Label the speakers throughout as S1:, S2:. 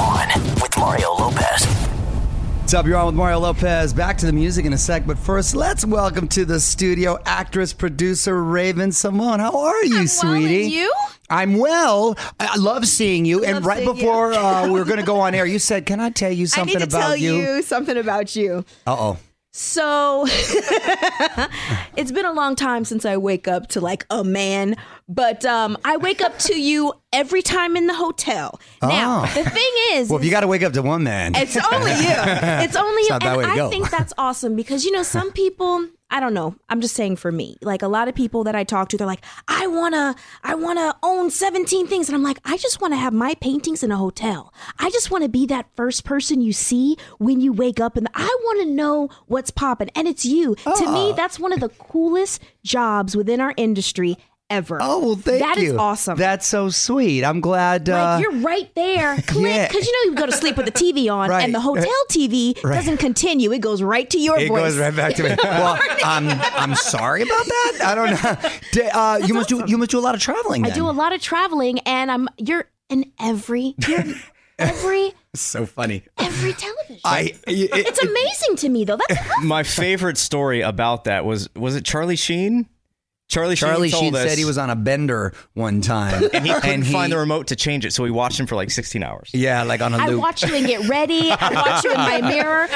S1: On with Mario Lopez.
S2: What's up? You're on with Mario Lopez. Back to the music in a sec, but first, let's welcome to the studio actress, producer Raven Simone. How are you, sweetie?
S3: you?
S2: I'm well. I I love seeing you. and
S3: Love
S2: right
S3: seeing you.
S2: before uh, we were going to go on air, you said, "Can I tell you something
S3: I need to
S2: about
S3: tell you. something about you.
S2: Uh oh.
S3: So it's been a long time since I wake up to like a man, but um, I wake up to you every time in the hotel. Now
S2: Oh.
S3: the thing is,
S2: Well, if you got to wake up to one man,
S3: it's only you. It's only
S2: It's
S3: you,
S2: not that
S3: and
S2: way to
S3: I
S2: go.
S3: think that's awesome because you know some people. I don't know. I'm just saying for me. Like a lot of people that I talk to, they're like, "I wanna, I wanna own 17 things," and I'm like, "I just wanna have my paintings in a hotel. I just wanna be that first person you see when you wake up, and I wanna know what's popping." And it's you. To
S2: Ah.
S3: me, that's one of the coolest jobs within our industry ever.
S2: oh well, thank
S3: That
S2: you.
S3: is awesome.
S2: That's so sweet. I'm glad. Uh,
S3: Like you're right there. Click.
S2: yeah.
S3: Because you know you go to sleep with the TV on
S2: Right.
S3: and the hotel TV
S2: Right.
S3: doesn't continue. It goes right to your
S2: it
S3: voice.
S2: goes right back to me. Well, I'm I'm sorry about that. I don't know. D- Uh, you must do you must do a lot of traveling.
S3: I
S2: then.
S3: do a lot of traveling and I'm you're in every you're in every
S2: So funny.
S3: every television.
S2: I it-
S3: it's amazing to me though. That's
S4: my favorite story about that was was it Charlie Sheen? Charlie,
S2: Charlie
S4: Sheen,
S2: Sheen
S4: told us
S2: said he was on a bender one time,
S4: and he couldn't
S2: he-
S4: find the remote to change it, so he watched him for like 16 hours.
S2: Yeah, like on a
S3: I
S2: loop.
S3: watch you and get ready. I watch you in my mirror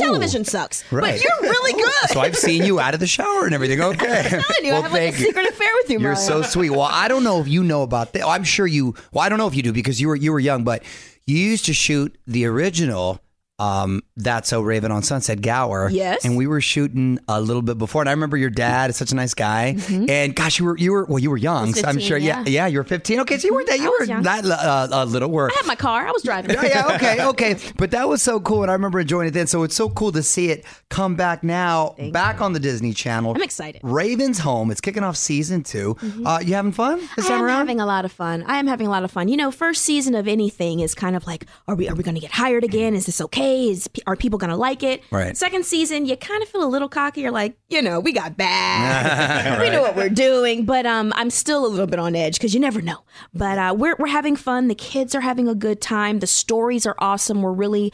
S2: Ooh.
S3: television sucks.
S2: Oh. Right.
S3: But you're really good.
S2: so I've seen you out of the shower and everything. Okay.
S3: I'm telling you, I have like a secret affair with you,
S2: You're
S3: Mario.
S2: so sweet. Well, I don't know if you know about that. I'm sure you. Well, I don't know if you do because you were you were young, but you used to shoot the original. Um, that's so Raven on Sunset Gower.
S3: Yes.
S2: and we were shooting a little bit before, and I remember your dad is such a nice guy.
S3: Mm-hmm.
S2: And gosh, you were you were well, you were young. so I'm
S3: 15,
S2: sure. Yeah. yeah,
S3: yeah.
S2: you were 15. Okay, so you weren't that. You
S3: I
S2: were
S3: was young.
S2: that uh, uh, little. Were
S3: I had my car. I was driving.
S2: yeah, yeah, okay, okay. But that was so cool, and I remember enjoying it then. So it's so cool to see it come back now, back on the Disney Channel.
S3: I'm excited.
S2: Raven's Home. It's kicking off season 2 Uh, you having fun this
S3: I
S2: time
S3: am
S2: around?
S3: having a lot of fun. I am having a lot of fun. You know, first season of anything is kind of like, are we are we going to get hired again? Is this okay? Is are people going to like it?
S2: Right.
S3: Second season, you kind of feel a little cocky. You're like, you know, we got back. We know what we're doing, but um, I'm still a little bit on edge because you never know. But uh, we're we're having fun. The kids are having a good time. The stories are awesome. We're really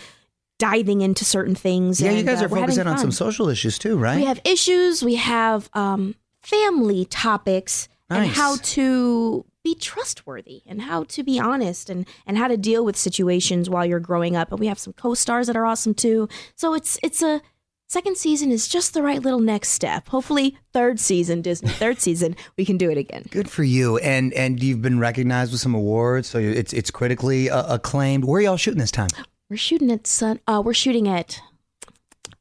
S3: diving into certain things.
S2: yeah, you
S3: and,
S2: guys
S3: uh,
S2: are
S3: we're having
S2: focusing on some
S3: fun.
S2: social issues too, right?
S3: We have issues. We have um, family topics and
S2: Nice.
S3: how to be trustworthy and how to be honest and and how to deal with situations while you're growing up. And we have some co-stars that are awesome too. So it's it's a Second season is just the right little next step. Hopefully, third season, Disney, third season, we can do it again.
S2: Good for you. And and you've been recognized with some awards, so it's it's critically uh, acclaimed. Where are y'all shooting this time?
S3: We're shooting at Sun. Uh, we're shooting at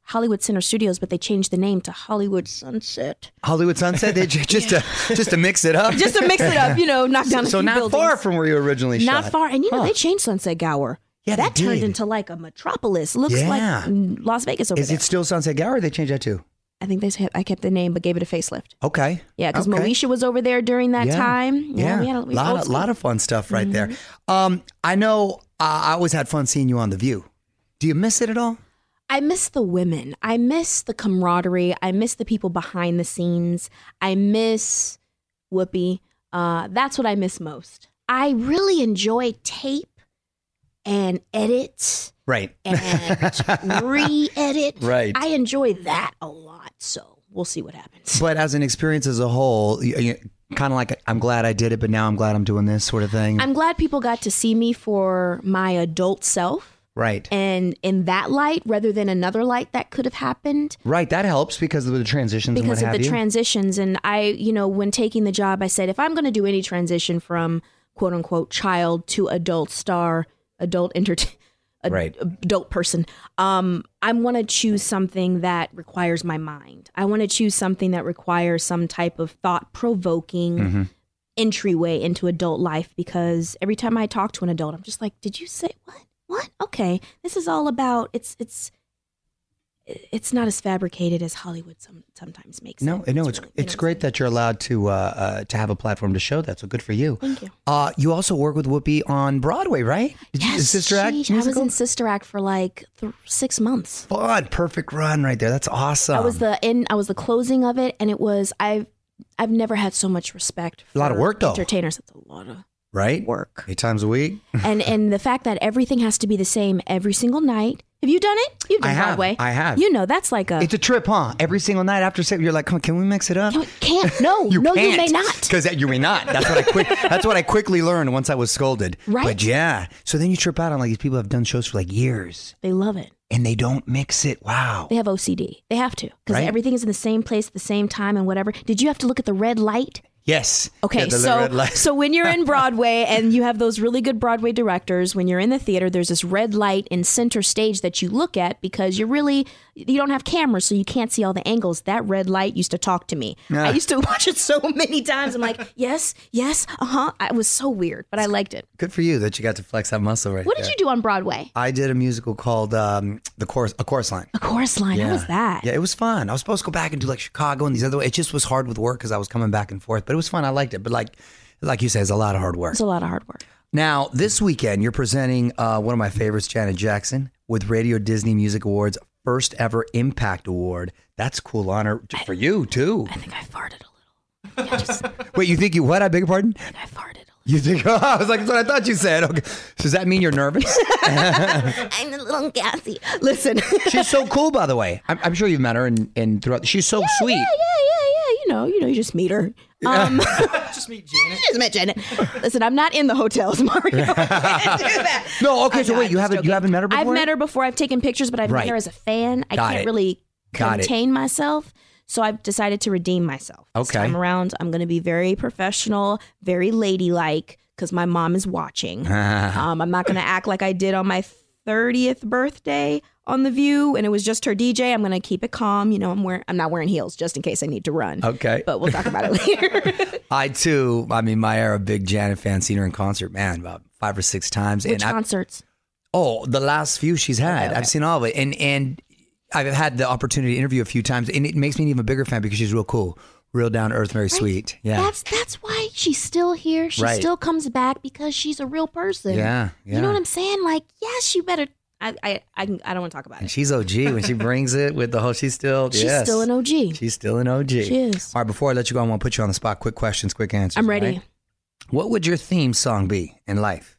S3: Hollywood Center Studios, but they changed the name to Hollywood Sunset.
S2: Hollywood Sunset. They, ju- just to just to mix it up.
S3: Just to mix it up, you know, knock down. a
S2: so
S3: few
S2: not
S3: buildings.
S2: far from where you originally shot.
S3: Not far. And you know,
S2: Huh.
S3: they changed Sunset Gower.
S2: Yeah, they
S3: that turned
S2: did.
S3: into like a metropolis. Looks like
S2: Yeah.
S3: mm, Las Vegas over
S2: Is
S3: there.
S2: it still Sunset Gower? Or they changed that too.
S3: I think they said I kept the name but gave it a facelift.
S2: Okay.
S3: Yeah, because
S2: Okay.
S3: Moesha was over there during that time.
S2: Yeah,
S3: we had a we
S2: lot,
S3: old
S2: of,
S3: school. Mm-hmm.
S2: lot of fun stuff right there. Um, I know I I always had fun seeing you on The View. Do you miss it at all?
S3: I miss the women. I miss the camaraderie. I miss the people behind the scenes. I miss Whoopi. Uh, that's what I miss most. I really enjoy tape and edit
S2: Right.
S3: and re-edit.
S2: Right.
S3: I enjoy that a lot. So we'll see what happens.
S2: But as an experience as a whole, kind of like I'm glad I did it, but now I'm glad I'm doing this sort of thing.
S3: I'm glad people got to see me for my adult self
S2: right.
S3: and in that light rather than another light that could have happened.
S2: Right. That helps because of the transitions
S3: because
S2: and what
S3: of
S2: have
S3: the
S2: you.
S3: transitions and i you know when taking the job i said if i'm going to do any transition from quote unquote child to adult star adult entertainment
S2: Right.
S3: adult person um i want to choose something that requires my mind i want to choose something that requires some type of thought provoking
S2: Mm-hmm.
S3: entryway into adult life because every time i talk to an adult i'm just like did you say what what okay this is all about it's it's it's not as fabricated as hollywood some, sometimes makes
S2: no,
S3: it
S2: no, it's
S3: really- you
S2: it's
S3: know,
S2: great that you're allowed to uh, uh, to have a platform to show that. So good for you.
S3: thank you
S2: Uh, you also work with Whoopi on Broadway, right? Did you
S3: Yes,
S2: sister act
S3: she- i was
S2: musical?
S3: in sister act for like th- six months
S2: Fun, perfect run right there. That's awesome.
S3: I was the in. I was the closing of it, and it was I've I've never had so much respect. For
S2: A lot of work, though.
S3: Entertainers, it's a lot of
S2: right
S3: work,
S2: eight times a week.
S3: and and the fact that everything has to be the same every single night. Have you done it? You've done
S2: I have.
S3: Broadway.
S2: I have.
S3: You know that's like a.
S2: It's a trip, huh? Every single night after six, you're like, "Come on, can we mix it up?
S3: you can't. No,
S2: You
S3: no,
S2: can't,
S3: you may not.
S2: Because you may not. That's what I quick. that's what I quickly learned once I was scolded.
S3: Right.
S2: But yeah. So then you trip out on like these people have done shows for like years
S3: They love it.
S2: and they don't mix it. Wow.
S3: They have OCD. They have to because
S2: Right.
S3: everything is in the same place at the same time and whatever. Did you have to look at the red light?
S2: Yes.
S3: Okay,
S2: Yeah, the
S3: so
S2: red light.
S3: so when you're in Broadway and you have those really good Broadway directors, when you're in the theater, there's this red light in center stage that you look at because you're really you don't have cameras, so you can't see all the angles. That red light used to talk to me. I used to watch it so many times. I'm like, yes, yes, uh huh. I was so weird, but I liked it.
S2: good for you that you got to flex that muscle right
S3: What did
S2: there.
S3: you do on Broadway?
S2: I did a musical called um, the chorus, a chorus line.
S3: A chorus line. How was that?
S2: Yeah, it was fun. I was supposed to go back and do like Chicago and these other. It just was hard with work because I was coming back and forth, but it was fun. I liked it, but like, like you say, it's a lot of hard work.
S3: It's a lot of hard work.
S2: Now, this weekend, you're presenting uh, one of my favorites, Janet Jackson, with Radio Disney Music Awards' first ever Impact Award. That's a cool honor t- for you, too.
S3: I think I farted a little. Yeah, just, I think
S2: Wait, you think you what? I beg your pardon?
S3: I farted. a
S2: You think, oh, I was like, that's what I thought you said. Okay. Does that mean you're nervous?
S3: little. I'm a little gassy. Listen.
S2: she's so cool, by the way. I'm, I'm sure you've met her and, and throughout. She's so sweet.
S3: Yeah, yeah, yeah, yeah. You know, you know, you just meet her. Um, just meet Janet. just met Janet. Listen, I'm not in the hotels, Mario. I can't do that.
S2: No, okay, so
S3: not,
S2: wait, you
S3: I'm
S2: haven't-
S3: joking.
S2: you haven't met her
S3: I've
S2: before?
S3: met her before. I've taken pictures, but I've
S2: Right.
S3: met her as a fan. I
S2: Got
S3: can't
S2: it.
S3: really
S2: Got it.
S3: contain myself. So I've decided to redeem myself. This
S2: Okay.
S3: time around, I'm going to be very professional, very ladylike, because my mom is watching. um, I'm not going to act like I did on my 30th birthday on The View, and it was just her DJ. I'm going to keep it calm. You know, I'm wearing, I'm not wearing heels just in case I need to run.
S2: Okay.
S3: but we'll talk about it later.
S2: I, too, I mean, my era, big Janet fan, seen her in concert, man, about five or six times.
S3: Which
S2: I-
S3: concerts?
S2: Oh, the last few she's had. I've seen all of it. And and I've had the opportunity to interview a few times and it makes me an even bigger fan because she's real cool. Real down to earth, very sweet. Yeah.
S3: That's that's why she's still here. She
S2: Right.
S3: still comes back because she's a real person.
S2: Yeah,
S3: You
S2: yeah.
S3: know what I'm saying? Like, yes, you better. I I I, can- I don't want to talk about
S2: and
S3: it.
S2: she's OG when she brings it with the whole she's still
S3: She's
S2: yes.
S3: still an OG.
S2: She's still an OG.
S3: She is.
S2: All right, before I let you go, I want to put you on the spot. Quick questions, quick answers.
S3: I'm
S2: all
S3: ready.
S2: right? What would your theme song be in life?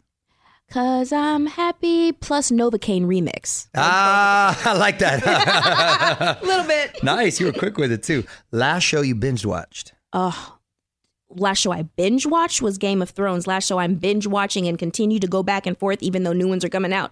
S3: Cause I'm happy. Plus Novocaine remix.
S2: Ah, I like that.
S3: A little bit.
S2: nice. You were quick with it too. Last show you binge watched.
S3: Oh. Last show I binge watched was Game of Thrones. Last show I'm binge watching and continue to go back and forth, even though new ones are coming out.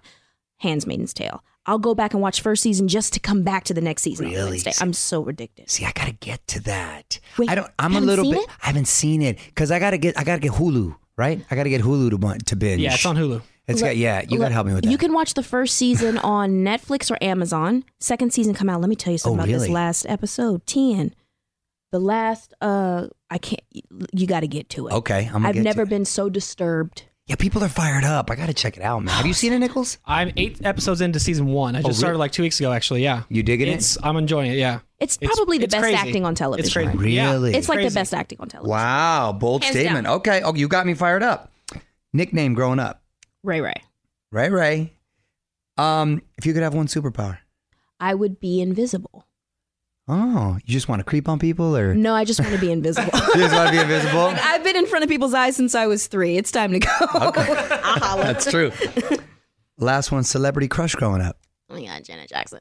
S3: Handmaid's Tale. I'll go back and watch first season just to come back to the next season. on
S2: Really?
S3: Wednesday. I'm so addicted.
S2: See, I gotta get to that.
S3: Wait,
S2: I don't. I'm a
S3: haven't
S2: little
S3: seen
S2: bit.
S3: it?
S2: I haven't seen it because I gotta get. I gotta get Hulu. Right. I gotta get Hulu to bun- to binge.
S5: Yeah, it's on Hulu.
S2: It's
S3: Look-
S2: got. Yeah, you
S3: look,
S2: gotta help me with that.
S3: You can watch the first season on Netflix or Amazon. Second season come out. Let me tell you something
S2: Oh,
S3: about this
S2: really?
S3: last episode ten. The last, uh, I can't. You got to get to it.
S2: Okay, I'm gonna
S3: I've
S2: get to
S3: never
S2: it.
S3: been so disturbed.
S2: Yeah, people are fired up. I gotta check it out, man. Have
S3: Oh,
S2: you seen it, Nichols?
S5: I'm eight episodes into season one. I just
S2: Oh, really?
S5: started like two weeks ago, actually. Yeah.
S2: You digging it?
S5: it's, I'm enjoying it. Yeah.
S3: It's probably the
S5: it's
S3: best
S5: crazy.
S3: acting on television.
S5: It's crazy.
S2: Really?
S5: Yeah.
S3: It's like the
S5: Crazy.
S3: best acting on television.
S2: Wow, bold
S3: Hands
S2: statement.
S3: down.
S2: Okay. Oh, you got me fired up. Nickname growing up.
S3: Ray Ray.
S2: Ray Ray. Um, if you could have one superpower.
S3: I would be invisible.
S2: Oh, you just want to creep on people or
S3: No, I just want to be invisible.
S2: you just want to be invisible?
S3: I've been in front of people's eyes since I was three. It's time to go. Oh
S2: That's true. Last one, celebrity crush growing up.
S3: Oh my God, Janet Jackson.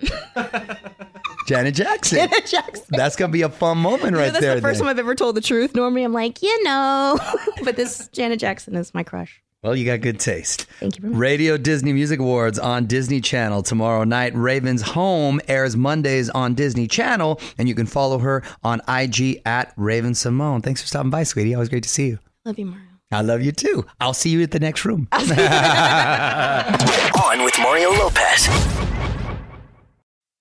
S2: Janet Jackson.
S3: Janet Jackson.
S2: That's gonna be a fun moment
S3: You know,
S2: right
S3: that's
S2: there.
S3: the first
S2: then.
S3: time I've ever told the truth. Normally, I'm like, you know, but this Janet Jackson is my crush.
S2: Well, you got good taste.
S3: Thank you very much.
S2: Radio Disney Music Awards on Disney Channel tomorrow night. Raven's Home airs Mondays on Disney Channel, and you can follow her on IG at Raven Simone. Thanks for stopping by, sweetie. Always great to see you.
S3: Love you, Mario.
S2: I love you too. I'll see you at the next room.
S6: On with Mario Lopez.